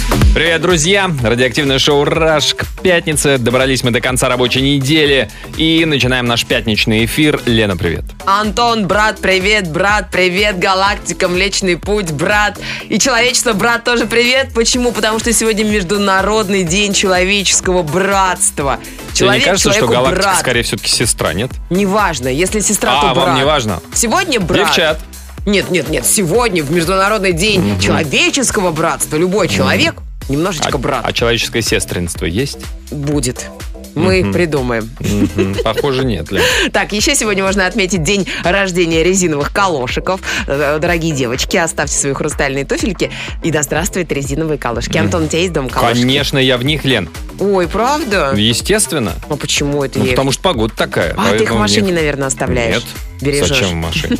Привет, друзья! Радиоактивное шоу «Раш» к пятнице. Добрались мы до конца рабочей недели и начинаем наш пятничный эфир. Лена, привет! Антон, брат, привет, брат, привет, галактика, Млечный Путь, брат. И человечество, брат, тоже привет. Почему? Потому что сегодня Международный день человеческого братства. Тебе не Человек кажется, что человеку галактика брат. скорее все-таки сестра, нет? Неважно, если сестра, а, то брат. вам не важно? Сегодня брат. Девчат, Нет, нет, нет, сегодня, в Международный день человеческого братства, любой человек немножечко а, брат а человеческое сестринство есть? будет. Мы придумаем. Мгм, Похоже, нет, Лен. Так, еще сегодня можно отметить день рождения резиновых колошиков. Э, Дорогие девочки, оставьте свои хрустальные туфельки и да здравствует резиновые колошки. Антон, у тебя есть дом колошки? Конечно, я в них, Лен. Ну, Ой, правда? Естественно. А почему это Ну, я их- потому что погода такая. Э, А, ты их в поэтому машине, мне- наверное, оставляешь. Нет. Бережешь. Зачем в машине?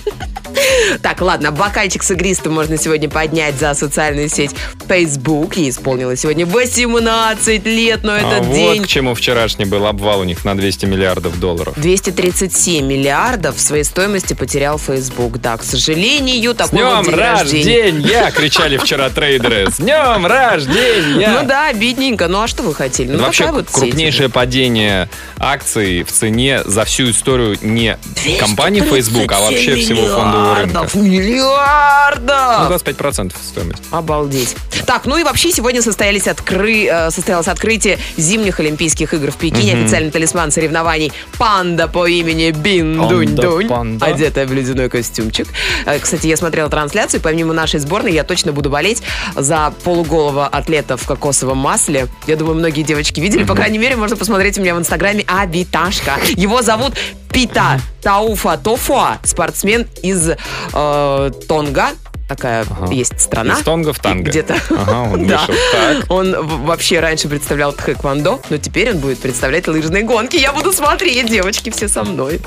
Так, ладно, бокальчик с игристым можно сегодня поднять за социальную сеть Facebook. Ей исполнилось сегодня 18 лет, но А этот вот день... к чему вчерашний был обвал у них на 200 миллиардов долларов. 237 миллиардов своей стоимости потерял Facebook. Да, к сожалению, С такой днем вот день рождения. рождения! Кричали вчера трейдеры. С днем рождения! Ну да, обидненько. Ну а что вы хотели? Ну, Это Вообще такая вот крупнейшее падение акций в цене за всю историю не компании Facebook, а вообще всего фондового рынка. Ну, Миллиардов! 25% стоимость. Обалдеть. Так, ну и вообще сегодня состоялись откры... э, состоялось открытие зимних Олимпийских игр в Пекине. Официальный талисман соревнований панда по имени Бин-Дунь-Дунь. Панда, панда. Одетая в ледяной костюмчик. Э, Кстати, я смотрела трансляцию. Помимо нашей сборной, я точно буду болеть за полуголого атлета в кокосовом масле. Я думаю, многие девочки видели. По крайней мере, можно посмотреть у меня в инстаграме Абиташка. Его зовут Пита Тауфа Тофуа, спортсмен из э, Тонга. Такая Ага. есть страна. Из тонга в танго. Где-то. Ага, он Да. вышел. Так. Он в- вообще раньше представлял тхэквондо, но теперь он будет представлять лыжные гонки. Я буду смотреть, девочки, все со мной.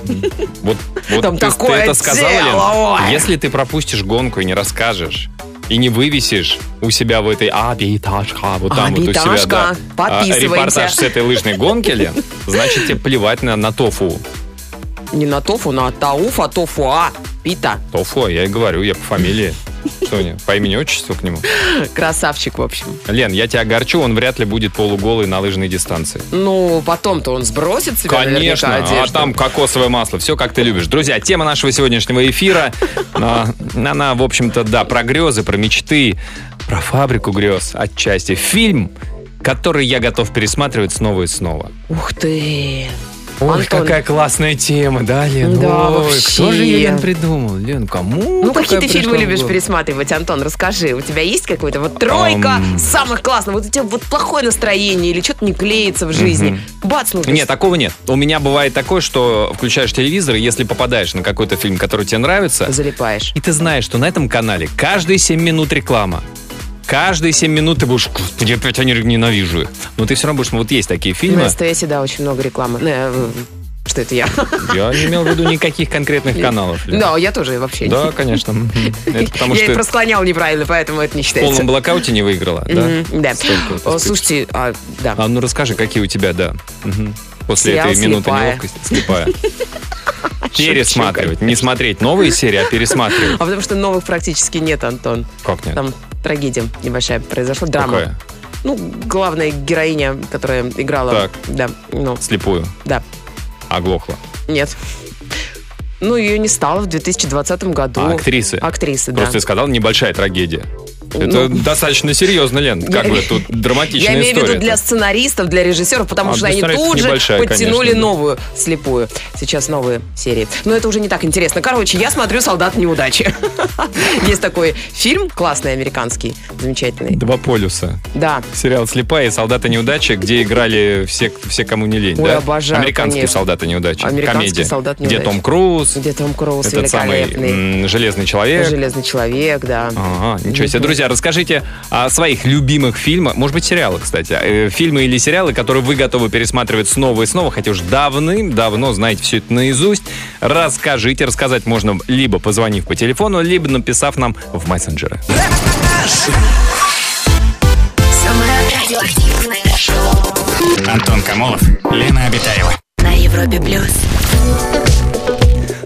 Вот, вот Там ты, ты такое это сказала, тело, Лен? ой. Если ты пропустишь гонку и не расскажешь, и не вывесишь у себя в этой абиташка, вот там вот у себя, да, а, Абиташка, подписываемся. репортаж с этой лыжной гонки, Лен, значит тебе плевать на, на тофу. Не на тофу, на тауфа, тофуа. а, Пита. Тофу, а я и говорю, я по фамилии. Что не, по имени отчеству к нему? Красавчик, в общем. Лен, я тебя огорчу, он вряд ли будет полуголый на лыжной дистанции. Ну, потом-то он сбросит себе Конечно, наверняка а одежду. там кокосовое масло, все как ты любишь. Друзья, тема нашего сегодняшнего эфира, а, она, в общем-то, да, про грезы, про мечты, про фабрику грез отчасти. Фильм, который я готов пересматривать снова и снова. Ух ты. Ой, Антон. какая классная тема, да, Лен? Да, Ой, вообще. кто же ее, Лен, придумал? Лен, кому? Ну, какие такая ты пришла фильмы в любишь голову? пересматривать, Антон? Расскажи, у тебя есть какой-то вот тройка Ам. самых классных? Вот у тебя вот плохое настроение или что-то не клеится в жизни. Бац, ну Нет, такого нет. У меня бывает такое, что включаешь телевизор, и если попадаешь на какой-то фильм, который тебе нравится, залипаешь. И ты знаешь, что на этом канале каждые 7 минут реклама. Каждые 7 минут ты будешь, господи, опять я ненавижу их. Но ты все равно будешь, ну, вот есть такие На фильмы. СТС, да, очень много рекламы. Не, э, Что это я? Я не имел в виду никаких конкретных каналов. Лен. Да, я тоже вообще не. Да, конечно. Мгм. Это потому Ну, Я что и ты просклонял неправильно, поэтому это не в полном считается. блокауте не выиграла, да? Мгм, Да. Столько вот О, испытываешь. Слушайте, а, да. А ну расскажи, какие у тебя, да. Мгм. После Сериал этой минуты «Слепая». неловкости. Слепая. Пересматривать. Не смотреть новые серии, а пересматривать. А потому что новых практически нет, Антон. Как нет? Там трагедия небольшая произошла, драма. Какая? Ну, главная героиня, которая играла. Так. Да, ну, Слепую. да, Оглохла. нет. Ну, ее не стало в 2020 году. А актрисы? Актрисы, да. Ну. Просто я сказал, небольшая трагедия. Это достаточно серьезно, Лен. Как Я- бы тут драматичная Я имею в история. виду для сценаристов, для режиссеров, потому А, что для они сценаристов тут же небольшая, подтянули конечно, да. новую слепую. Сейчас новые серии. Но это уже не так интересно. Короче, я смотрю «Солдат неудачи». Есть такой фильм классный, американский, замечательный. Два полюса. Да. Сериал «Слепая» и «Солдаты неудачи», где играли все, все кому не лень, Ой, да? обожаю, Американские конечно. «Солдаты неудачи». Американский комедия. «Солдат Где неудачи». Том Круз, Где Том Круз этот самый великолепный. м, А. «Железный человек». Железный человек, да. Ага, ничего себе. Друзья, расскажите о своих любимых фильмах, может быть, сериалах, кстати. Э, Фильмы или сериалы, которые вы готовы пересматривать снова и снова, хотя уж давным-давно знаете все это наизусть. Расскажите, рассказать можно либо позвонив по телефону, либо написав нам в мессенджеры. Самое радиоактивное Антон Камолов, Лена Обитаева. на Европе плюс.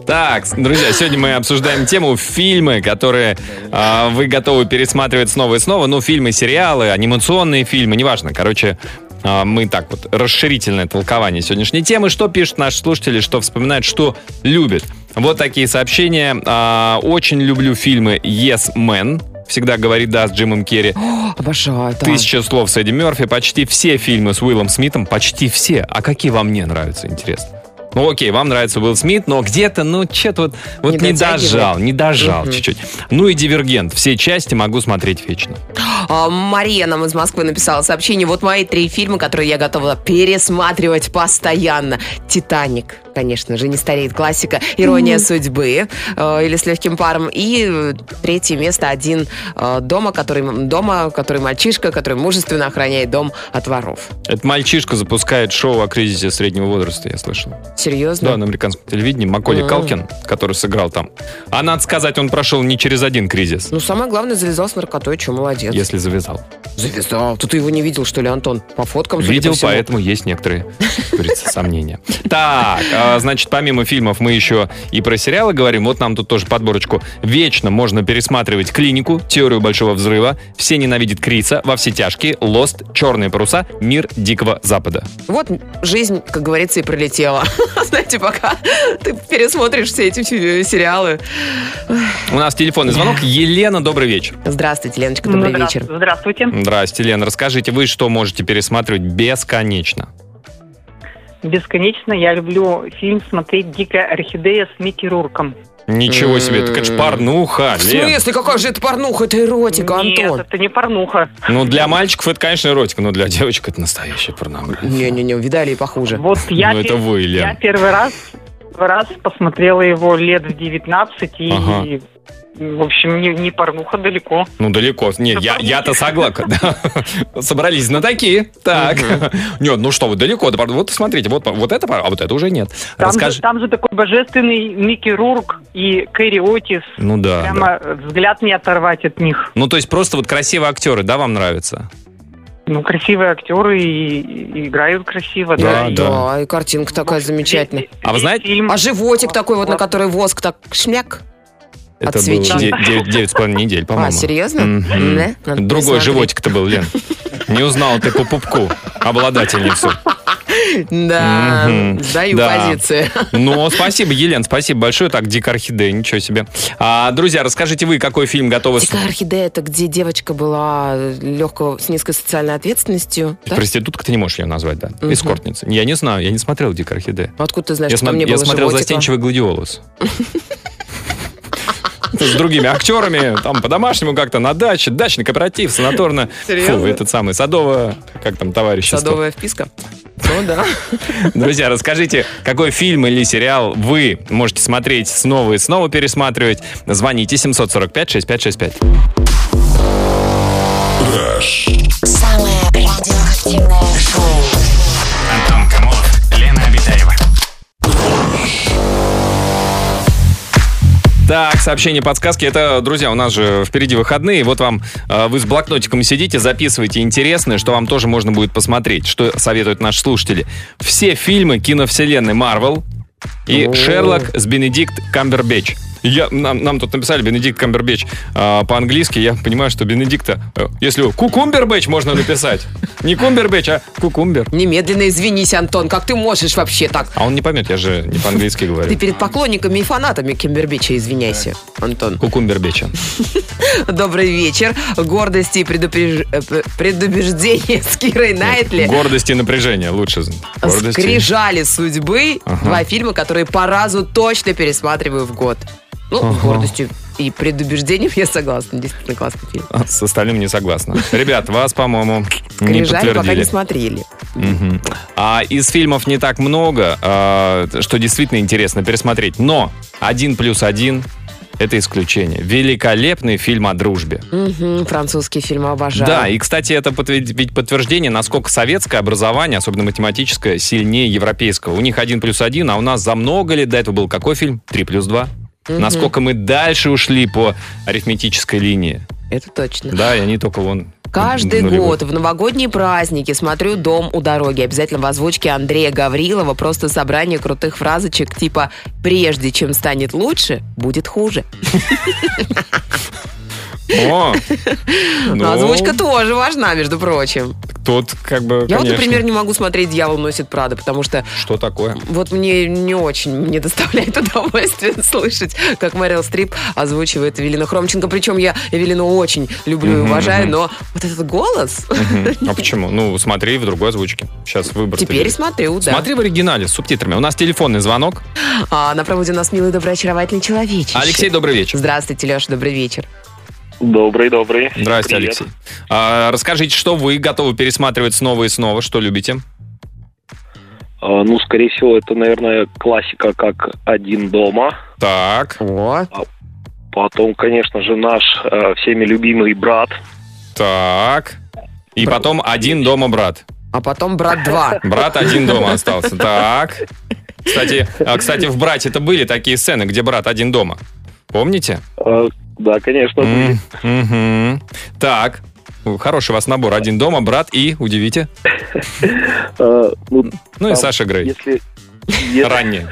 Так, друзья, сегодня мы обсуждаем тему фильмы, которые а, вы готовы пересматривать снова и снова. Ну, фильмы, сериалы, анимационные фильмы, неважно. Короче, а, мы так вот, расширительное толкование сегодняшней темы. Что пишут наши слушатели, что вспоминают, что любят. Вот такие сообщения. А, очень люблю фильмы «Yes, Man». Всегда говорит «Да» с Джимом Керри. О, обожаю, да. Тысяча слов с Эдди Мерфи, почти все фильмы с Уиллом Смитом, почти все. А какие вам не нравятся, интересно? Ну окей, вам нравится Уилл Смит, но где-то, ну, что-то вот, вот Не не, дотягивает. дожал, не дожал чуть-чуть. Ну и Дивергент, все части могу смотреть вечно. А, Мария нам из Москвы написала сообщение. Вот мои три фильма, которые я готова пересматривать постоянно. «Титаник», конечно же, не стареет классика. «Ирония судьбы» э, или «С легким паром». И э, третье место «Один э, дома», который, м- дома, который мальчишка, который мужественно охраняет дом от воров. Этот мальчишка запускает шоу о кризисе среднего возраста, я слышал. Серьезно? Да, на американском телевидении. Маколи М. Калкин, который сыграл там. А надо сказать, он прошел не через один кризис, Ну, самое главное, завязал с наркотой, что молодец. если завязал. Завязал. Тут ты его не видел, что ли, Антон? По фоткам, судя Видел, по всему. поэтому есть некоторые, как говорится, сомнения. Так, а, значит, помимо фильмов мы еще и про сериалы говорим. Вот нам тут тоже подборочку. Вечно можно пересматривать «Клинику», «Теорию большого взрыва», «Все ненавидят Криса», «Во все тяжкие», «Лост», «Черные паруса», «Мир Дикого Запада». Вот жизнь, как говорится, и пролетела. Знаете, пока ты пересмотришь все эти фи- сериалы. У нас телефонный звонок. Елена, добрый вечер. Здравствуйте, Леночка, добрый Здра- вечер. Здравствуйте. Здрасте, Лена. Расскажите, вы что можете пересматривать бесконечно? Бесконечно я люблю фильм смотреть «Дикая орхидея» с Микки Рурком. Ничего себе, так это ж порнуха, В Лен. смысле, какая же это порнуха, это эротика, Нет, Антон. это не порнуха. Ну, для мальчиков это, конечно, эротика, но для девочек это настоящая порнография. Не-не-не, видали и похуже. Вот я, Ну, это пер- вы, я Лен. первый раз, первый раз посмотрела его лет в 19, и, Ага. в общем, не, не порнуха далеко. Ну, далеко. Не, я, я-то согласен. Да. Собрались на такие. Так. Нет, ну что, вы далеко. Да, Вот смотрите, вот, вот это, пора, а вот это уже нет. Там, Расскажи. же, там же такой божественный Микки Рурк и Кэрри Отис. Ну да, да. Прямо э, взгляд не оторвать от них. Ну, то есть просто вот красивые актеры, да, вам нравятся? Ну, красивые актеры и, и играют красиво, да. Да, и- да. и картинка такая замечательная. А вы знаете- Фильм- А животик такой вот, на который воск так шмяк. От Это было свечи. де- де- девять с половиной недель, по-моему. А, серьезно? Мгм. Да? Надо Другой посмотреть. животик-то был, Лен. Не узнал ты по пупку обладательницу. Да, Мгм. сдаю Да. позиции. Ну, спасибо, Елен, спасибо большое. Так, дико орхидея, ничего себе. А, друзья, расскажите вы, какой фильм готовы... с- Дикая орхидея, это где девочка была легкого, с низкой социальной ответственностью. да? Проститутка ты не можешь ее назвать, да? Мгм. Эскортница. Я не знаю, я не смотрел «Дикая орхидея». Откуда ты знаешь, я что смо- там не я было смотрел животика? «Застенчивый гладиолус». С другими актерами, там по-домашнему как-то на даче, дачный кооператив, санаторно. Фу, Серьезно? этот самый Садово, как там товарищество. Садовая вписка. Ну да. Друзья, расскажите, какой фильм или сериал вы можете смотреть снова и снова пересматривать. Звоните 745-6565. Самое радиоактивное шоу. Антон Камолов, Лена Обитаева. Так, сообщение, подсказки. Это, друзья, у нас же впереди выходные. Вот вам, э, вы с блокнотиком сидите, записывайте интересное, что вам тоже можно будет посмотреть, что советуют наши слушатели. Все фильмы киновселенной Марвел и О. Шерлок с Бенедикт Камбербэтч. Я, нам, нам тут написали Бенедикт Камбербэтч э, по-английски. Я понимаю, что Бенедикта... э, если Кукумбербэтч можно написать. Не Кумбербэтч, а Кукумбер. Немедленно извинись, Антон, как ты можешь вообще так? А он не поймет, я же не по-английски Ты говорю. перед поклонниками и фанатами Кимбербича извиняйся, Антон. Кукумбербэтча. Добрый вечер. Гордости и предупреж- э, п- предубеждения с Кирой Найтли. Гордость и напряжение лучше. Гордость и- Скрижали судьбы. Ага. Два фильма, которые по разу точно пересматриваю в год. Ну, с гордостью и предубеждением я согласна. Действительно классный фильм. А, С остальным не согласна. Ребят, вас, по-моему, не Скрижали пока не подтвердили. смотрели. Мгм. А из фильмов не так много, а, что действительно интересно пересмотреть. Но один плюс один это исключение. Великолепный фильм о дружбе. Мгм, Французский фильм обожаю. Да, и, кстати, это подтвер- ведь подтверждение, насколько советское образование, особенно математическое, сильнее европейского. У них один плюс один, а у нас за много лет до этого был какой фильм? Три плюс два. Насколько мы дальше ушли по арифметической линии. Это точно. Да, и они только вон Каждый Нулевых. год в новогодние праздники смотрю «Дом у дороги». Обязательно в озвучке Андрея Гаврилова просто собрание крутых фразочек типа «Прежде чем станет лучше, будет хуже». О, Но ну, озвучка тоже важна, между прочим. Тут как бы, Я вот, конечно. например, не могу смотреть «Дьявол носит Прада», потому что Что такое? вот мне не очень мне доставляет удовольствие слышать, как Мэрил Стрип озвучивает Эвелину Хромченко. Причем я Эвелину очень люблю и Мгм, уважаю, мгм. но вот этот голос Мгм. А почему? Ну, смотри в другой озвучке. Сейчас выбор. теперь тебе. смотрю, да. Смотри в оригинале с субтитрами. У нас телефонный звонок. А на проводе у нас милый, добрый, очаровательный человечище. Алексей, добрый вечер. Здравствуйте, Леша, добрый вечер. Добрый, добрый. Здравствуйте, Привет. Алексей. А, расскажите, что вы готовы пересматривать снова и снова? Что любите? Э, Ну, скорее всего, это, наверное, классика как «Один дома». Так, О, Потом, конечно же, наш э, всеми любимый брат. так. И потом один дома брат. а потом брат 2. Брат один дома остался. Так. Кстати, а, кстати, в брате это были такие сцены, где брат один дома. Помните? Э, Да, конечно. М, мгм. Так. Хороший у вас набор. Один дома, брат и, удивите. Э, ну, Ну и Там Саша Грей. если, если, Ранее.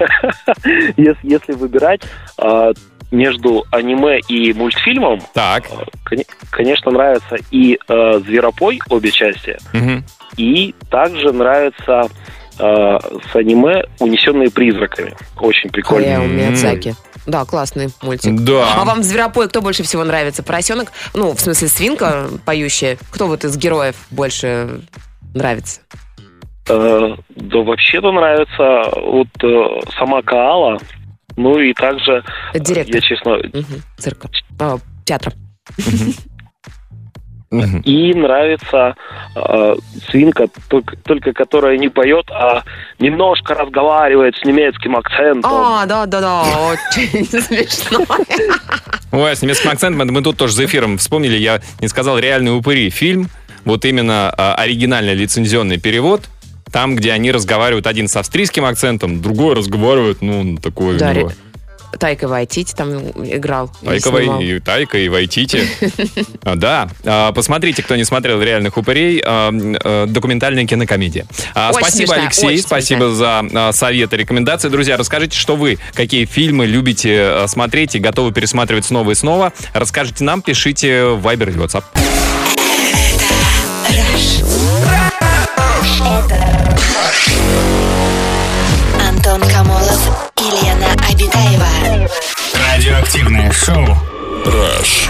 если- если выбирать э, между аниме и мультфильмом, Так. э, коне- конечно, нравится и э, «Зверопой» обе части, Мгм. и также нравится э, с аниме «Унесенные призраками». Очень прикольно. Хаяо М. Миядзаки. Да, классный мультик. А Да. вам в Зверопое кто больше всего нравится? Поросенок? Ну, в смысле, свинка поющая? Кто вот из героев больше нравится? Э, Да вообще-то нравится вот э, сама Каала, ну и также, Это директор я честно, Мгм, цирка. А, театра. Мгм. и нравится э, свинка, только, только которая не поет, а немножко разговаривает с немецким акцентом. А, да-да-да, очень смешно. Ой, с немецким акцентом, это мы тут тоже за эфиром вспомнили, я не сказал «Реальные упыри» фильм, вот именно э, оригинальный лицензионный перевод, там, где они разговаривают один с австрийским акцентом, другой разговаривает, ну, он такой Да, у него. ре- Тайка Вайтити там играл. и Тайка, снимал. Вай- и, Тайка и Вайтити. А, Да. А, Посмотрите, кто не смотрел «Реальных упырей», а, м, э, документальная кинокомедия. А, Очень Спасибо, смешная, Алексей, очень спасибо за а, советы, рекомендации. Друзья, расскажите, что вы, какие фильмы любите а, смотреть и готовы пересматривать снова и снова. Расскажите нам, пишите в Viber или WhatsApp. Антон Камолов и Лена Обитаева. Радиоактивное шоу. Rush.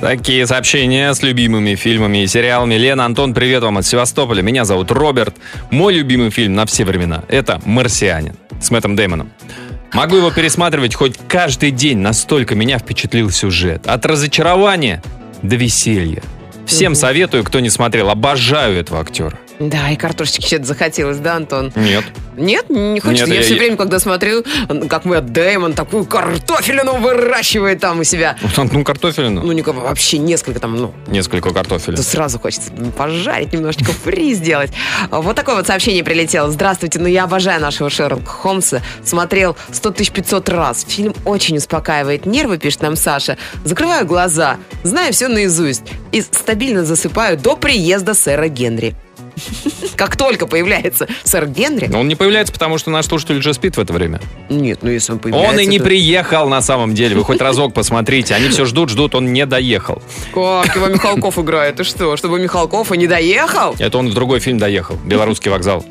Такие сообщения с любимыми фильмами и сериалами. Лена, Антон, привет вам от Севастополя. Меня зовут Роберт. Мой любимый фильм на все времена – это «Марсианин» с Мэттом Дэймоном. Могу его пересматривать хоть каждый день, настолько меня впечатлил сюжет. От разочарования до веселья. Всем Мгм. советую, кто не смотрел. Обожаю этого актера. Да, и картошечки что-то захотелось, да, Антон? Нет. Нет, не хочется. Нет, я, я- все время, когда смотрю, как мой Дэймон такую картофелину выращивает там у себя. Ну, картофелину. Ну, никого вообще несколько там, ну, Несколько картофелин. то сразу хочется пожарить немножечко, фри сделать. Вот такое вот сообщение прилетело. Здравствуйте, ну я обожаю нашего Шерлока Холмса. Смотрел 100 500 раз. Фильм очень успокаивает нервы, пишет нам Саша. Закрываю глаза, знаю все наизусть и стабильно засыпаю до приезда сэра Генри. Как только появляется сэр Генри... Но Он не появляется, потому что наш слушатель уже спит в это время. Нет, ну если он появляется... Он и не то- приехал на самом деле. Вы хоть разок посмотрите. Они все ждут, ждут, он не доехал. Как его Михалков играет? Ты что, чтобы Михалков и не доехал? Это он в другой фильм доехал. Белорусский вокзал.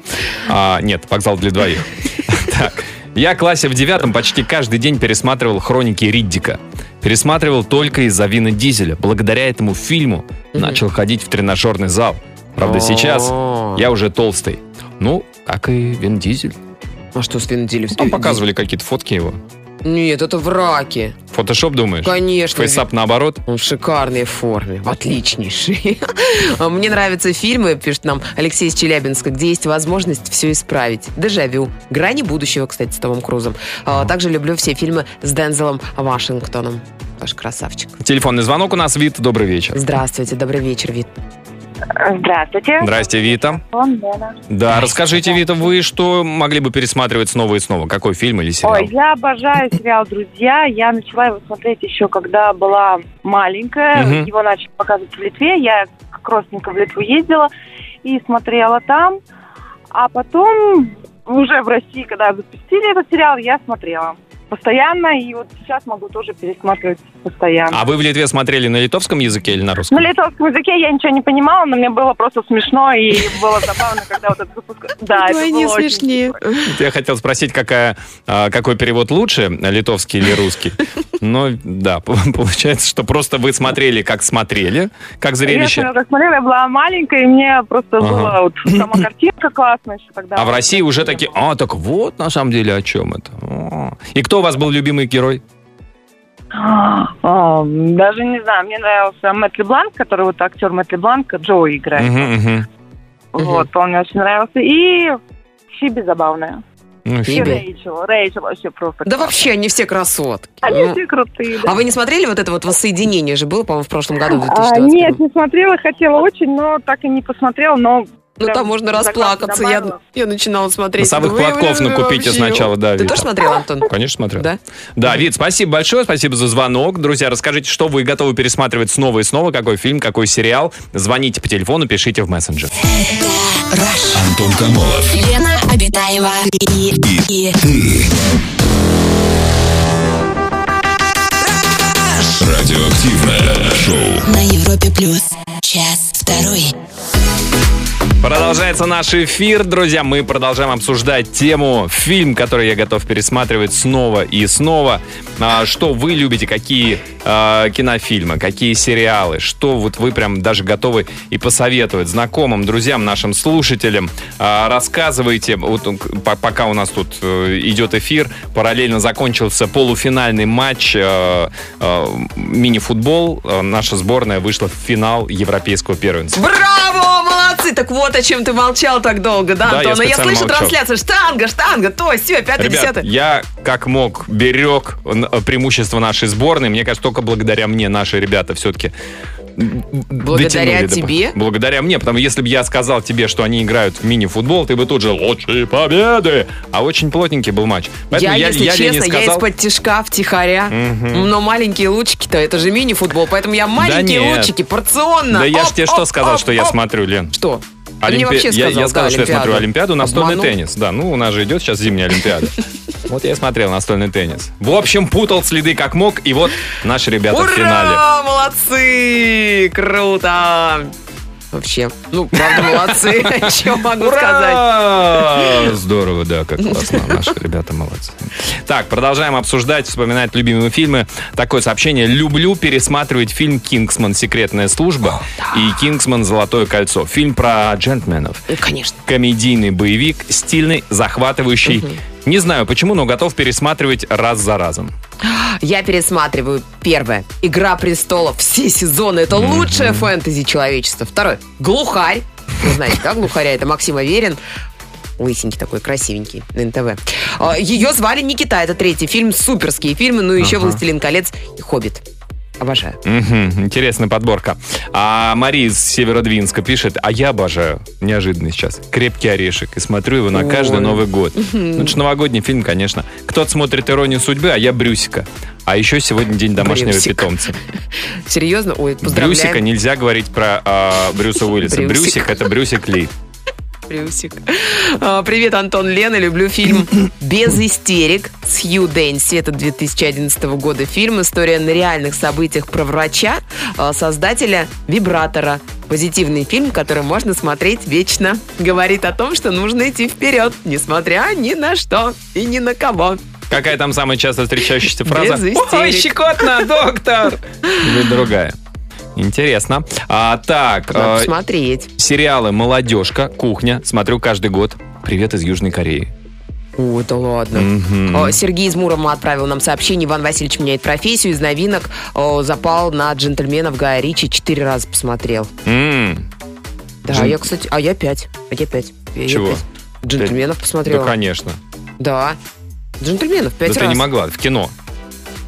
А, нет, вокзал для двоих. Так. Я в классе в девятом почти каждый день пересматривал хроники Риддика. Пересматривал только из-за Вина Дизеля. Благодаря этому фильму начал ходить в тренажерный зал. Правда, сейчас О. я уже толстый. Ну, как и Вин Дизель. А что с Вин Дилем? Там показывали какие-то фотки его. Нет, это в раке. Фотошоп, думаешь? Конечно. Фейсап наоборот. Он в шикарной форме, в отличнейшей. А Мне нравятся фильмы, пишет нам Алексей из Челябинска, где есть возможность все исправить. Дежавю. Грани будущего, кстати, с Томом Крузом. А, Также люблю все фильмы с Дензелом Вашингтоном. Тоже красавчик. Телефонный звонок у нас, Вит, добрый вечер. Здравствуйте, добрый вечер, Вит. Здравствуйте. Здрасте, Вита. Он Лена. Да, расскажите, Вита, вы что могли бы пересматривать снова и снова? Какой фильм или сериал? Ой, я обожаю сериал «Друзья». Я начала его смотреть еще, когда была маленькая. Мгм. Его начали показывать в Литве. Я к родственникам в Литву ездила и смотрела там. А потом уже в России, когда запустили этот сериал, я смотрела постоянно. И вот сейчас могу тоже пересматривать постоянно. А вы в Литве смотрели на литовском языке или на русском? На литовском языке я ничего не понимала, но мне было просто смешно и было забавно, когда вот этот выпуск... Да, это Вдвойне было очень Ну, смешнее. Я хотел спросить, какая, а, какой перевод лучше, литовский или русский. Но да, получается, что просто вы смотрели, как смотрели, как Я зрелище. смотрела, как смотрела, я была маленькая, и мне просто Ага. была вот сама картинка классная еще тогда. А в России уже такие, а, так вот на самом деле о чем это. О. И кто у вас был любимый герой? А, Даже не знаю, мне нравился Мэтт Лебланк, который вот актер Мэтт Лебланк, Джоуи играет. Мгм, мгм. Вот, он мне очень нравился. И Фиби забавная. Ну, И фиг. Рэйчел. Рэйчел вообще просто. Да класс. вообще они все красотки. Они Ну, все крутые, да. А вы не смотрели вот это вот воссоединение же было, по-моему, в прошлом году, в А, 2021? нет, не смотрела, хотела очень, но так и не посмотрела, но... Ну там можно Заказ расплакаться. Я, добавила. я начинала смотреть. Носовых думаю, платков «Бля, бля, бля, накупите вообще». сначала, да, Ты Вита. тоже смотрел, Антон? Конечно, смотрел. Да? Да, Вит, спасибо большое, спасибо за звонок. Друзья, расскажите, что вы готовы пересматривать снова и снова, какой фильм, какой сериал. Звоните по телефону, пишите в мессенджер. Антон Камолов. Лена Обитаева и, и Радиоактивное шоу. на Европе плюс. Час второй. Продолжается наш эфир, друзья. Мы продолжаем обсуждать тему фильм, который я готов пересматривать снова и снова. А, что вы любите, какие а, кинофильмы, какие сериалы, что вот вы прям даже готовы и посоветовать знакомым, друзьям, нашим слушателям. А, рассказывайте, вот он, к- по- пока у нас тут э, идет эфир, параллельно закончился полуфинальный матч э, э, мини-футбол. Э, наша сборная вышла в финал европейского первенства. Браво, молодцы! Так вот о чем ты молчал так долго, да, Да, Антон? я Но я специально слышу молчал. трансляцию. Штанга, штанга, то, все, пятое, Ребят, десятое. я как мог берег н- э, преимущество нашей сборной. Мне кажется, только благодаря мне наши ребята все-таки Благодаря тебе? Благодаря мне, потому что если бы я сказал тебе, что они играют в мини-футбол, ты бы тут же лучшие победы. А очень плотненький был матч. Я, Поэтому я, если я Лене честно, я сказал- из-под тишка втихаря. Мгм. Но маленькие лучики-то, это же мини-футбол, поэтому я маленькие нет. лучики, порционно. Да я ж Оп, тебе что оп, сказал, оп, что я оп. смотрю, Лен? Что? Ты мне Олимпи- вообще я, я сказал, сказал, да, что я смотрю Олимпиаду, настольный Обманул. теннис. Да, ну у нас же идет сейчас зимняя Олимпиада. Вот я и смотрел настольный теннис. В общем, путал следы как мог, и вот наши ребята Ура! в финале. Молодцы! Круто! Вообще, ну, правда, молодцы. Что могу сказать? Ура! Здорово, да, как классно. Наши ребята молодцы. Так, продолжаем обсуждать, вспоминать любимые фильмы. Такое сообщение. Люблю пересматривать фильм «Кингсман. Секретная служба» и «Кингсман. Золотое кольцо». Фильм про джентльменов. Ну, конечно. Комедийный боевик, стильный, захватывающий. Не знаю почему, но готов пересматривать раз за разом. Я пересматриваю первое. Игра престолов. Все сезоны. Это лучшее фэнтези человечества. Второе. Глухарь. Вы знаете, да, глухаря? Это Максим Аверин. Лысенький такой, красивенький, на НТВ. А, Ее звали Никита, это третий фильм, суперские фильмы, ну и еще «Властелин колец» и «Хоббит». Обожаю. Мгм, интересная подборка. А Мария из Северодвинска пишет, а я обожаю, неожиданно сейчас, «Крепкий орешек» и смотрю его на каждый Ой. Новый год. Ну, это ж новогодний фильм, конечно. Кто-то смотрит «Иронию судьбы», а я «Брюсика». А еще сегодня день домашнего Брюсик. питомца. Серьезно? Ой, поздравляю. Брюсика нельзя говорить про а, Брюса Уиллиса. Брюсик. Брюсик. это Брюсик Ли. Плюсик. А, Привет, Антон Лена. Люблю фильм «Без истерик» с Хью Дэнси. Это 2011 года фильм. История на реальных событиях про врача, а, создателя «Вибратора». Позитивный фильм, который можно смотреть вечно. Говорит о том, что нужно идти вперед, несмотря ни на что и ни на кого. Какая там самая часто встречающаяся фраза? Без истерик. Ой, щекотно, доктор! Или другая. Интересно. А, так, Надо э, смотреть. Сериалы «Молодежка», «Кухня» смотрю каждый год. Привет из Южной Кореи. О, да ладно. Мгм. О, Сергей из Мурома отправил нам сообщение. Иван Васильевич меняет профессию. Из новинок о, запал на джентльменов Гая Ричи. Четыре раза посмотрел. М, Да, Джен- я, кстати, а я пять. А я пять. Я- я Чего? пять. Джентльменов Да, посмотрела. конечно. Да. Джентльменов Да пять ты раз. не могла, в кино.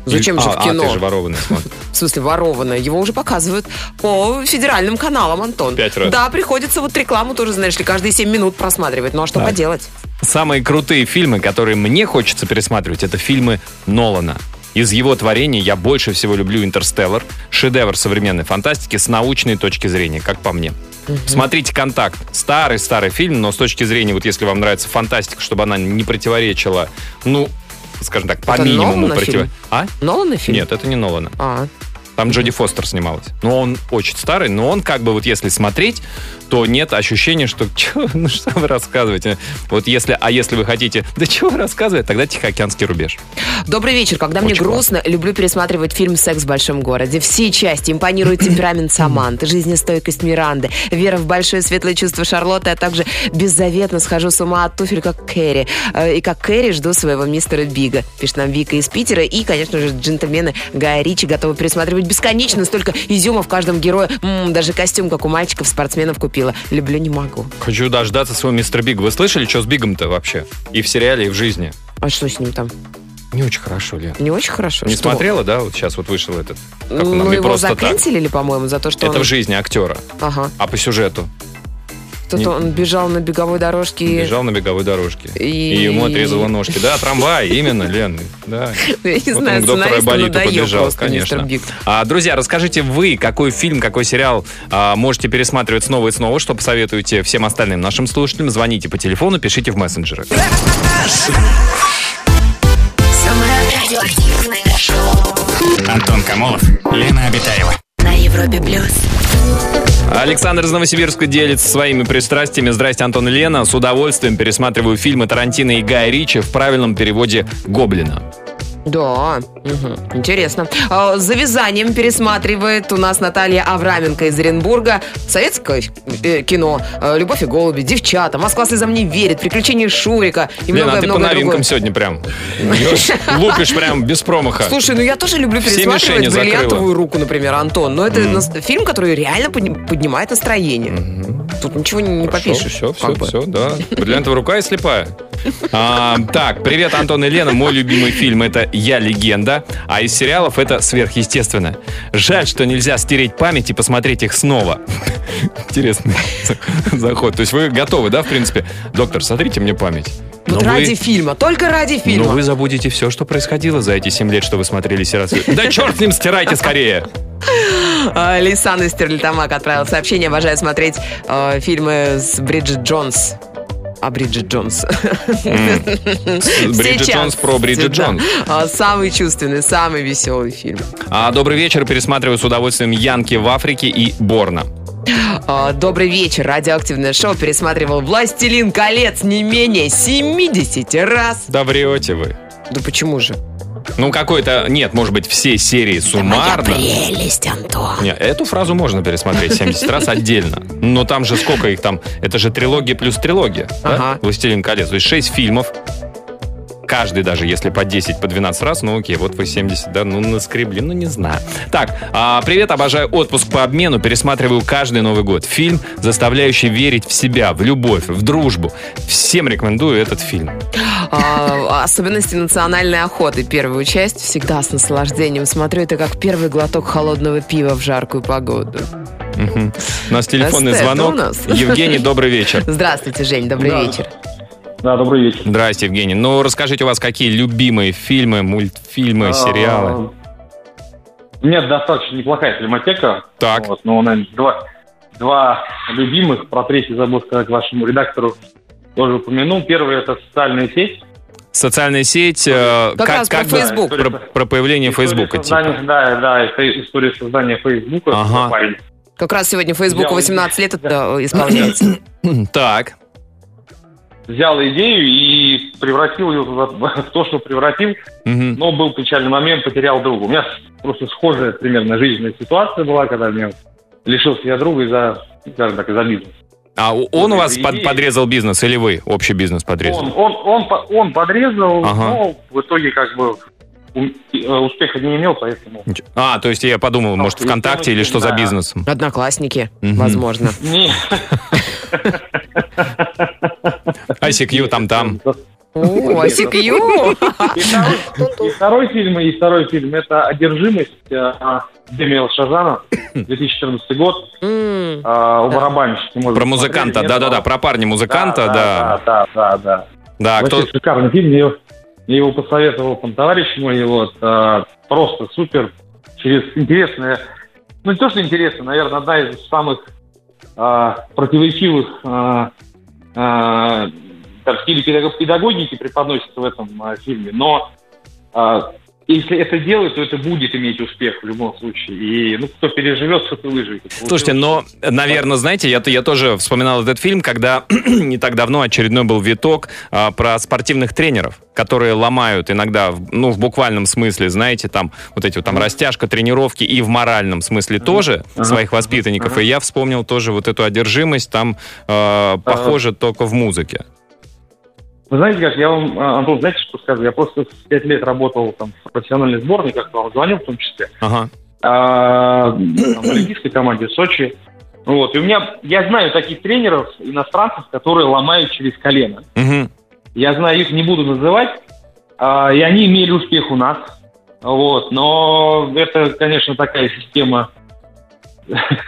Зачем Или- же а, в кино? А, ты же ворованный смотришь. в смысле ворованное, его уже показывают по федеральным каналам, Антон. Пять раз. Да, приходится вот рекламу тоже, знаешь ли, каждые 7 минут просматривать. Ну а что Да. поделать? Самые крутые фильмы, которые мне хочется пересматривать, это фильмы Нолана. Из его творений я больше всего люблю «Интерстеллар», шедевр современной фантастики с научной точки зрения, как по мне. Смотрите «Контакт». Старый-старый фильм, но с точки зрения, вот если вам нравится фантастика, чтобы она не противоречила, ну, скажем так, по Это минимуму Нолана противоречила. фильм? А? Нолана фильм? Нет, это не Нолана. А, Там Джоди Фостер снималась. Но он очень старый, но он как бы вот если смотреть, то нет ощущения, что «Чё, ну что вы рассказываете. Вот если, а если вы хотите, да чего вы рассказываете, тогда Тихоокеанский рубеж. Добрый вечер. Когда мне Очень грустно, люблю пересматривать фильм «Секс в большом городе». Все части импонирует темперамент Саманты, жизнестойкость Миранды, вера в большое светлое чувство Шарлотты, а также беззаветно схожу с ума от туфель, как Кэрри. Э, И как Кэрри жду своего мистера Бига, пишет нам Вика из Питера. И, конечно же, джентльмены Гая Ричи готовы пересматривать бесконечно. Столько изюма в каждом герое. М, даже костюм, как у мальчиков, спортсменов купила. Люблю, не могу. Хочу дождаться своего мистера Бига. Вы слышали, что с Бигом-то вообще? И в сериале, и в жизни. А что с ним там? Не очень хорошо, Лен. Не очень хорошо? Не Что? смотрела, да? Вот сейчас вот вышел этот. Как он там, Ну, не его просто заканчивали, по-моему, за то, что так. Это он... в жизни актера. Ага. А по сюжету? Кто-то Не- он бежал на беговой дорожке. и- Бежал на беговой дорожке. И- И ему отрезало ножки. Да, трамвай, именно, Лен. Да. Я не Вот знаю, он к доктору сценаристу Айболиту надоел побежал, просто конечно. мистер Биг. А, друзья, расскажите вы, какой фильм, какой сериал а, можете пересматривать снова и снова, что посоветуете всем остальным нашим слушателям. Звоните по телефону, пишите в мессенджеры. Самое радиоактивное шоу Антон Камолов, Лена Обитаева. на Европе плюс. Александр из Новосибирска делится своими пристрастиями. Здрасте, Антон и Лена. С удовольствием пересматриваю фильмы Тарантино и Гая Ричи в правильном переводе «Гоблина». Да, мгм, интересно. А, За вязанием пересматривает у нас Наталья Авраменко из Оренбурга. Советское э, кино, э, «Любовь и голуби», «Девчата», «Москва слезам не верит», «Приключения Шурика» и Лена, а ты по многое-многое новинкам другое. сегодня прям бьешь, лупишь прям без промаха. Слушай, ну я тоже люблю Все мишени пересматривать закрыла. «Бриллиантовую руку», например, Антон. Но это нас- фильм, который реально подни- поднимает настроение. Тут ничего не, не попишешь. Все, все, как бы. все, да. Бриллиантовая рука и слепая. А, так, привет, Антон и Лена. Мой любимый фильм это «Я легенда», а из сериалов это «Сверхъестественное». Жаль, что нельзя стереть память и посмотреть их снова. Интересный заход. То есть вы готовы, да, в принципе? Доктор, смотрите мне память. Но вы- Вот Ну, Ну, ради фильма, только ради фильма. но вы забудете все, что происходило за эти 7 лет, что вы смотрели сериал. Да черт с ним, стирайте скорее! А, Лейсан из Стерлитамак отправил сообщение. Обожаю смотреть э, фильмы с Бриджит Джонс. А Бриджит Джонс. Бриджит Сейчас. Джонс про Бриджит Да. Джонс. А, Самый чувственный, самый веселый фильм. А, добрый вечер, пересматриваю с удовольствием Янки в Африке и Борна. А, Добрый вечер. Радиоактивное шоу пересматривал «Властелин колец» не менее 70 раз. Да врете вы. Да почему же? Ну, какой-то... Нет, может быть, все серии суммарно. Прелесть, Антон. Не, эту фразу можно пересмотреть 70 раз отдельно. Но там же сколько их там? Это же трилогия плюс трилогия. да? Ага. «Властелин колец». То есть 6 фильмов. Каждый даже, если по 10, по 12 раз, ну окей, вот вы 70, да, ну наскребли, ну не знаю. Так, а, привет, обожаю отпуск по обмену, пересматриваю каждый Новый год. Фильм, заставляющий верить в себя, в любовь, в дружбу. Всем рекомендую этот фильм. А, Особенности национальной охоты. Первую часть всегда с наслаждением смотрю. Это как первый глоток холодного пива в жаркую погоду. Мгм. У нас телефонный Эстет, звонок. у нас. Евгений, добрый вечер. Здравствуйте, Жень, добрый Да. вечер. Да, добрый вечер. Здрасте, Евгений. Ну, расскажите, у вас какие любимые фильмы, мультфильмы, сериалы? А, У меня достаточно неплохая фильмотека. Так. Вот, но, наверное, два, два любимых. Про третий забыл сказать вашему редактору. Тоже упомянул. Первый – это социальная сеть. Социальная сеть, э, Как раз про бы- Facebook. Про, про появление История Фейсбука. создания- типа. Да, да, это история создания Фейсбука. Ага. Парень. Как раз сегодня Фейсбуку Я 18 лет это э, исполняется. Так, Взял идею и превратил ее в в то, что превратил. Мгм. Но был печальный момент, потерял друга. У меня просто схожая примерно жизненная ситуация была, когда мне лишился я друга из-за, скажем так, из-за бизнеса. А у- он у вас Идея. под- подрезал бизнес или вы общий бизнес Он, подрезал? он, он, по- он подрезал, Ага. но в итоге как бы у- э, успеха не имел, поэтому... Ничего. А, то есть я подумал, может, Ну, ВКонтакте или что за да. бизнес? Одноклассники, Мгм. возможно. Не. А, ICQ там-там. О, CQ. И второй, и второй фильм, и второй фильм это «Одержимость» э, Демиэла Шазана, 2014 год, М. э, у барабанщика. Про можно посмотреть. музыканта, Нет, да-да-да, там- про парня музыканта, да. Да, да, да, да. Да, кто... Вообще шикарный фильм, мне его- мне его посоветовал там товарищ мой, вот, э, просто супер, через интересное, ну не то, что интересно, наверное, одна из самых э, противоречивых э, э, так, в стиле педаг- педагогики преподносится в этом э, фильме, но э, если это делать, то это будет иметь успех в любом случае. И ну, кто переживет, тот и выживет. Слушайте, но, наверное, знаете, я, я тоже вспоминал этот фильм, когда не так давно очередной был виток а, про спортивных тренеров, которые ломают иногда, в- ну, в буквальном смысле, знаете, там вот эти вот там растяжка, тренировки и в моральном смысле тоже Ага. своих воспитанников. Ага. И я вспомнил тоже вот эту одержимость, там э, похоже только в музыке. Вы знаете, как я вам, а, Антон, знаете, что скажу? Я просто в пять лет работал там в профессиональных сборниках, вам звонил в том числе, Ага. а, там, в олимпийской команде в Сочи. Вот, и у меня, я знаю таких тренеров, иностранцев, которые ломают через колено. Мгм. Я знаю, их не буду называть, а, и они имели успех у нас. Вот, но это, конечно, такая система,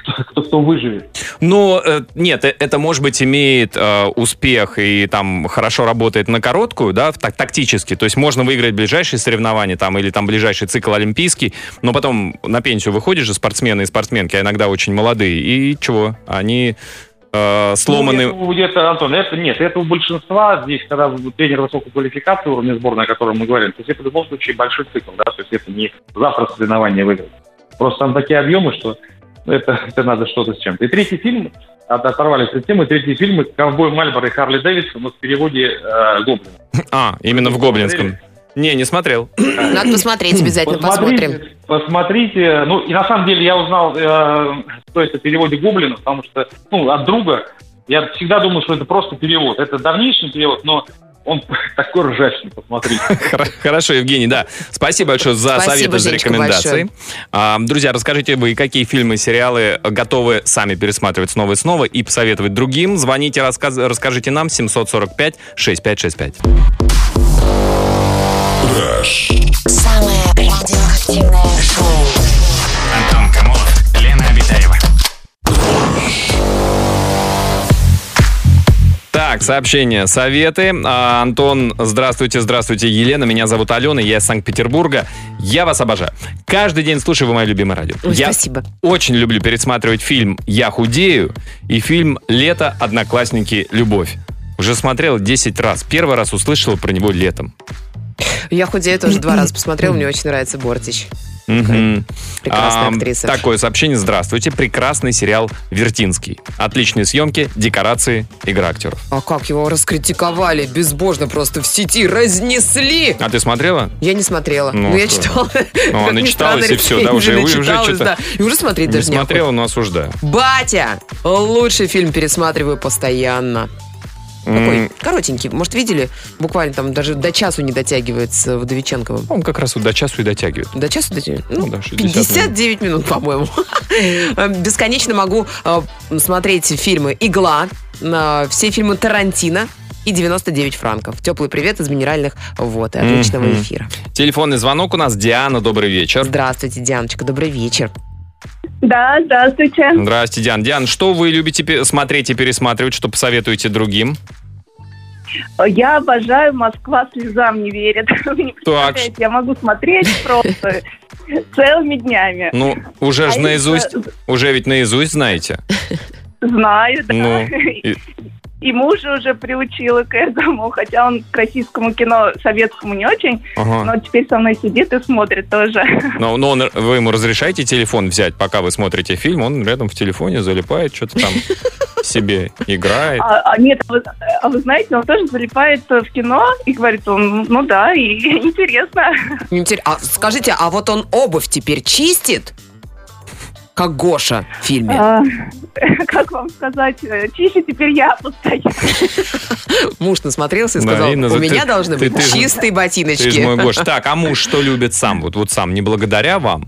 кто- кто, кто выживет. Ну, э, нет, э, это, может быть, имеет э, успех и там хорошо работает на короткую, да, в- так, тактически. То есть можно выиграть ближайшие соревнования там или там ближайший цикл олимпийский, но потом на пенсию выходишь же спортсмены и спортсменки, а иногда очень молодые, и чего? Они э, сломаны... Ну, это, Антон, это нет, это у большинства здесь, когда тренер высокой квалификации уровня сборной, о котором мы говорим, то есть это в любом случае большой цикл, да, то есть это не завтра соревнование выиграть. Просто там такие объемы, что ну, это, это надо что-то с чем-то. И третий фильм, от- оторвались от темы, третий фильм «Ковбой Мальборо и Харли Дэвидсон», но в переводе э, «Гоблин». А, именно в Гоблинском. Не, не смотрел. Надо посмотреть обязательно, посмотрим. Посмотрите, посмотрите. Ну, и на самом деле я узнал, э, что это в переводе Гоблина, потому что, ну, от друга. Я всегда думал, что это просто перевод. Это давнейший перевод, но он такой ржачный, посмотрите. Хоро- Хорошо, Евгений, да. Спасибо большое за Спасибо, советы, за Женечка, рекомендации. А, Друзья, расскажите вы, какие фильмы, сериалы готовы сами пересматривать снова и снова и посоветовать другим. Звоните, рассказ- расскажите нам 745-6565. Самое радиоактивное шоу. Антон Камолов, Лена Обитаева. Так, сообщение, советы. А, Антон, здравствуйте, здравствуйте, Елена. Меня зовут Алена, я из Санкт-Петербурга. Я вас обожаю. Каждый день слушаю вы мое любимое радио. Ой, я Спасибо. очень люблю пересматривать фильм «Я худею» и фильм «Лето. Одноклассники. Любовь». Уже смотрел 10 раз. Первый раз услышал про него летом. Я худею тоже два раза посмотрела, мне очень нравится Бортич. Мгм. Прекрасная Ам, актриса. Такое сообщение. Здравствуйте. Прекрасный сериал «Вертинский». Отличные съемки, декорации, игра актеров. А как его раскритиковали? Безбожно просто в сети разнесли. А ты смотрела? Я не смотрела. Ну, Ну, я что? читала. Ну, Как ни начиталась странно, и всё, да, уже- уже начиталась, чита- да. И уже смотреть Не даже не смотрела, но осуждаю. Батя! Лучший фильм пересматриваю постоянно. Такой М, коротенький. Может, видели? Буквально там даже до часу не дотягивает с Вдовиченковым. Он как раз вот до часу и дотягивает. До часу дотягивает? Ну Ну, да, 60 59 минут, по-моему. Э, Бесконечно могу э, смотреть фильмы «Игла», э, все фильмы «Тарантино» и «99 франков». Теплый привет из минеральных вод и отличного Мгм. эфира. Телефонный звонок у нас. Диана, добрый вечер. Здравствуйте, Дианочка, добрый вечер. Да, здравствуйте. Здрасте, Диан. Диан, что вы любите пе- смотреть и пересматривать, что посоветуете другим? Я обожаю «Москва слезам не верит». Вы не представляете, я могу смотреть просто целыми днями. Ну, уже же А наизусть, если- уже ведь наизусть знаете. Знаю, да. Ну, и- и... мужа уже приучила к этому, хотя он к российскому кино, советскому не очень, Ага. но теперь со мной сидит и смотрит тоже. Но, но он- вы ему разрешаете телефон взять, пока вы смотрите фильм, он рядом в телефоне залипает, что-то там себе играет. А, а нет, а вы, а вы знаете, он тоже залипает э, в кино и говорит, он, ну да, и интересно. Интер- А скажите, а вот он обувь теперь чистит? Как Гоша в фильме. А, как вам сказать, э, чище теперь я постоянно. Муж насмотрелся и Да, сказал, Инна, у ты- меня должны ты- ты быть ж- Ты чистые ж ботиночки. мой Гош. Так, а муж что любит сам? Вот, вот сам, не благодаря вам?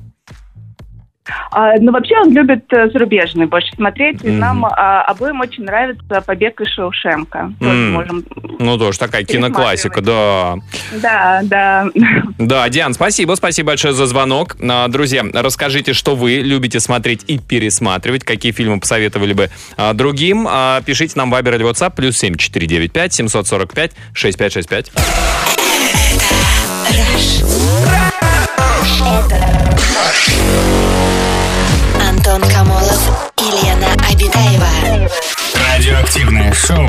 А, ну, вообще он любит э, зарубежные больше смотреть, и Мгм. нам а, обоим очень нравится «Побег из Шоушенка». Тоже М. можем... Ну тоже такая киноклассика, да. Да, да. Да, Диан, спасибо, спасибо большое за звонок. А, Друзья, расскажите, что вы любите смотреть и пересматривать, какие фильмы посоветовали бы а, другим. А, Пишите нам в Viber или WhatsApp, плюс 7495 745 6565. Антон Камолов и Лена Обитаева. Радиоактивное шоу.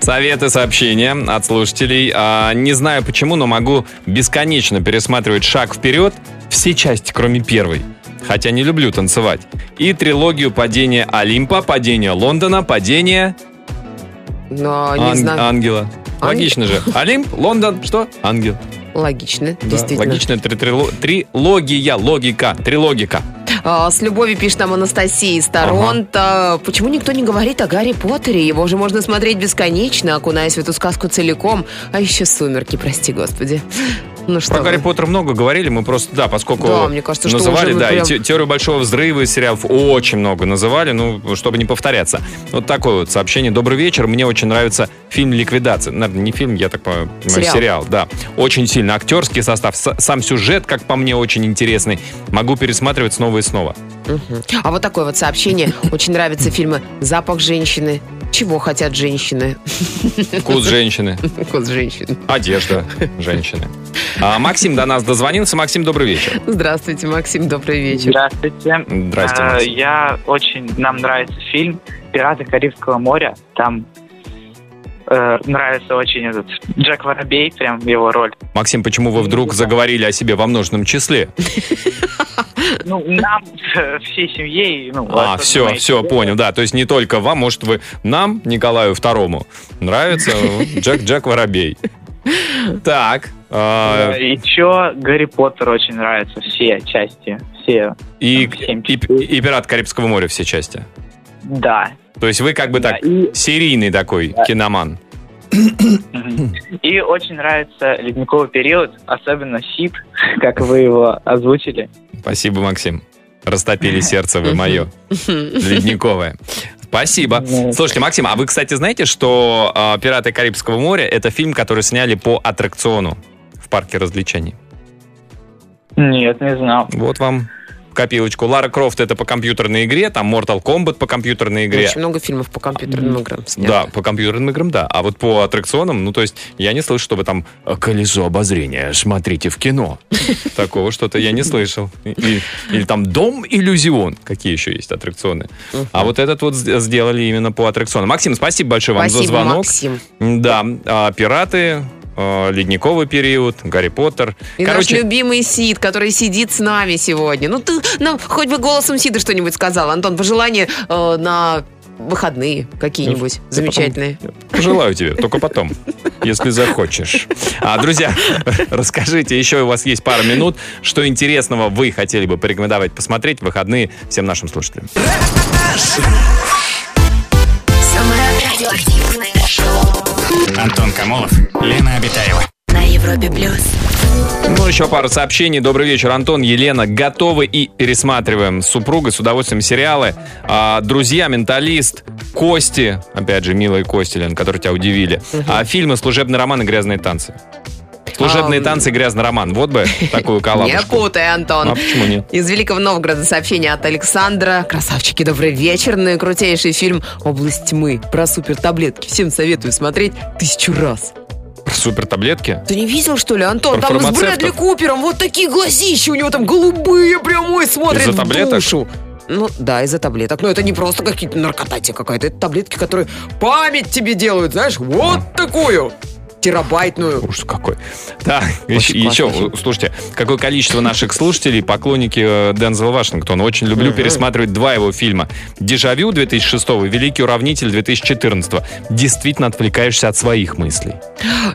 Советы, сообщения от слушателей. А, не знаю почему, но могу бесконечно пересматривать «Шаг вперед» все части, кроме первой. Хотя не люблю танцевать. И трилогию «Падение Олимпа», «Падение Лондона», «Падение Но А, не Ан- знаю. Ангела». Ан- Логично же. Олимп, Лондон, что? Ангел. Логично, Да, действительно. Логично. Три- трило- Трилогия, логика, трилогика. А, С любовью пишет нам Анастасия из Торонто. Почему никто не говорит о Гарри Поттере? Его же можно смотреть бесконечно, окунаясь в эту сказку целиком. А еще «Сумерки», прости господи. Ну что Про Гарри вы. Поттер много говорили, мы просто, да, поскольку Да, мне кажется, что называли, уже мы да, прям- и те- теорию большого взрыва и сериалов очень много называли, ну, чтобы не повторяться. Вот такое вот сообщение. Добрый вечер, мне очень нравится фильм «Ликвидация». Наверное, не фильм, я так понимаю, Сериал. сериал. да. Очень сильно актерский состав, с- сам сюжет, как по мне, очень интересный. Могу пересматривать снова и снова. Мгм. А вот такое вот сообщение. Очень нравятся фильмы «Запах женщины», «Чего хотят женщины», Вкус женщины, «Вкус женщины». одежда женщины. А, Максим до нас дозвонился. Максим, добрый вечер. Здравствуйте, Максим, добрый вечер. Здравствуйте. Здрасте, Э, Максим. Я очень... Нам нравится фильм «Пираты Карибского моря». Там э, нравится очень этот Джек Воробей, прям его роль. Максим, почему вы вдруг заговорили о себе во множественном числе? Ну, нам, э, всей семье... и, Ну, А, особенно все, моей все, семье. понял, да. То есть не только вам, может, вы нам, Николаю Второму, нравится Джек-Джек Воробей. Так, а, Э, Еще Гарри Поттер очень нравится, все части, все, и, Всем и, и «Пират Карибского моря» все части. да. То есть вы как бы так Да, и, серийный такой киноман. мгм. И очень нравится «Ледниковый период», особенно «Сид», как вы его озвучили. Спасибо, Максим. Растопили сердце вы мое, ледниковое. Спасибо. Ну, Слушайте, Максим, а вы, кстати, знаете, что а, «Пираты Карибского моря» — это фильм, который сняли по аттракциону в парке развлечений? Нет, не знал. Вот вам в копилочку. Лара Крофт это по компьютерной игре, там Mortal Kombat по компьютерной игре. Очень много фильмов по компьютерным играм снято. Да, по компьютерным играм, да. А вот по аттракционам, ну, то есть, я не слышу, чтобы там э, «Колесо обозрения, смотрите в кино». Такого что-то я не слышал. И- и- Или там «Дом иллюзион». Какие еще есть аттракционы? А вот этот вот с- сделали именно по аттракционам. Максим, спасибо большое вам за Спасибо, звонок. Максим. Да, а, «Пираты», а, «Ледниковый период», «Гарри Поттер». И наш любимый Сид, который сидит с нами сегодня. Ну, ты нам хоть бы голосом Сида что-нибудь сказал. Антон, пожелания э, на выходные какие-нибудь замечательные. Пожелаю тебе, только потом, если захочешь. А, друзья, расскажите, еще у вас есть пара минут, что интересного вы хотели бы порекомендовать посмотреть в выходные всем нашим слушателям. Самое радиоактивное шоу Антон Камолов, Лена Обитаева. на Европе плюс. Ну, еще пару сообщений. Добрый вечер, Антон, Елена. Готовы и пересматриваем с супругой с удовольствием сериалы. А, друзья, менталист, Кости, опять же, милые Кости, Лен, которые тебя удивили. А, фильмы «Служебный роман» и «Грязные танцы». «Служебные Ам. танцы» и «Грязный роман». Вот бы такую Не коллабушку. путай, Антон. А почему нет? Из Великого Новгорода сообщение от Александра. Красавчики, добрый вечер. Наикрутейший фильм «Область тьмы» про супертаблетки. Всем советую смотреть тысячу раз. Про супертаблетки? Ты не видел, что ли, Антон? Про Там с фармацевтов. Брэдли Купером вот такие глазища у него там голубые прямой смотрят Из-за в таблеток? душу. Ну, да, из-за таблеток. Но это не просто какие-то наркотатия какая-то. Это таблетки, которые память тебе делают, знаешь, вот такую терабайтную. Ужас какой. Да, Очень еще, еще, классный э, слушайте, какое количество наших слушателей, поклонники э, Дензела Вашингтона. Очень люблю пересматривать два его фильма. «Дежавю» 2006 и «Великий уравнитель» 2014. Действительно отвлекаешься от своих мыслей.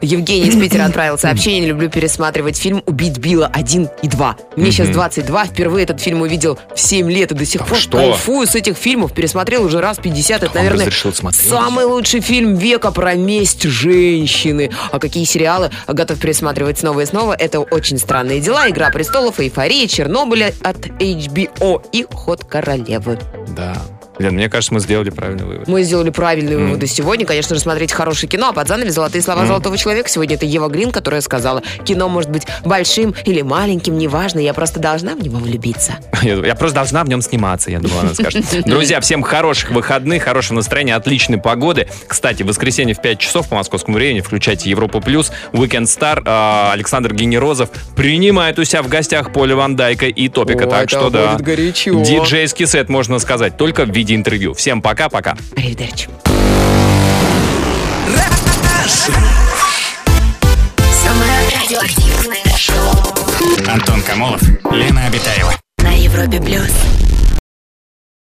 Евгений из Питера отправил сообщение. Люблю пересматривать фильм «Убить Билла 1 и 2». Мне сейчас Мгм. 22. Впервые этот фильм увидел в 7 лет и до сих Так пор что? кайфую с этих фильмов. Пересмотрел уже раз 50. Это, Он наверное, разрешил смотреть. Самый лучший фильм века про месть женщины. а какие сериалы готов пересматривать снова и снова. Это «Очень странные дела», «Игра престолов», «Эйфория», «Чернобыля» от HBO и «Ход королевы». Да. Лен, мне кажется, мы сделали правильный вывод. Мы сделали правильные Мгм. выводы сегодня. Конечно же, смотреть хорошее кино, а под занавес «Золотые слова Мгм. золотого человека». Сегодня это Ева Грин, которая сказала, кино может быть большим или маленьким, неважно, я просто должна в него влюбиться. Я, я просто должна в нем сниматься, я думала, она скажет. Друзья, всем хороших выходных, хорошего настроения, отличной погоды. Кстати, в воскресенье в 5 часов по московскому времени включайте Европу+. плюс. Weekend Star э, Александр Генерозов принимает у себя в гостях Поля Ван Дайка и Топика. так что да, горячо. диджейский сет, можно сказать, только в виде интервью. Всем пока-пока. Arrivederci. Самое радиоактивное шоу Антон Камолов, Лена Обитаева. на Европе плюс.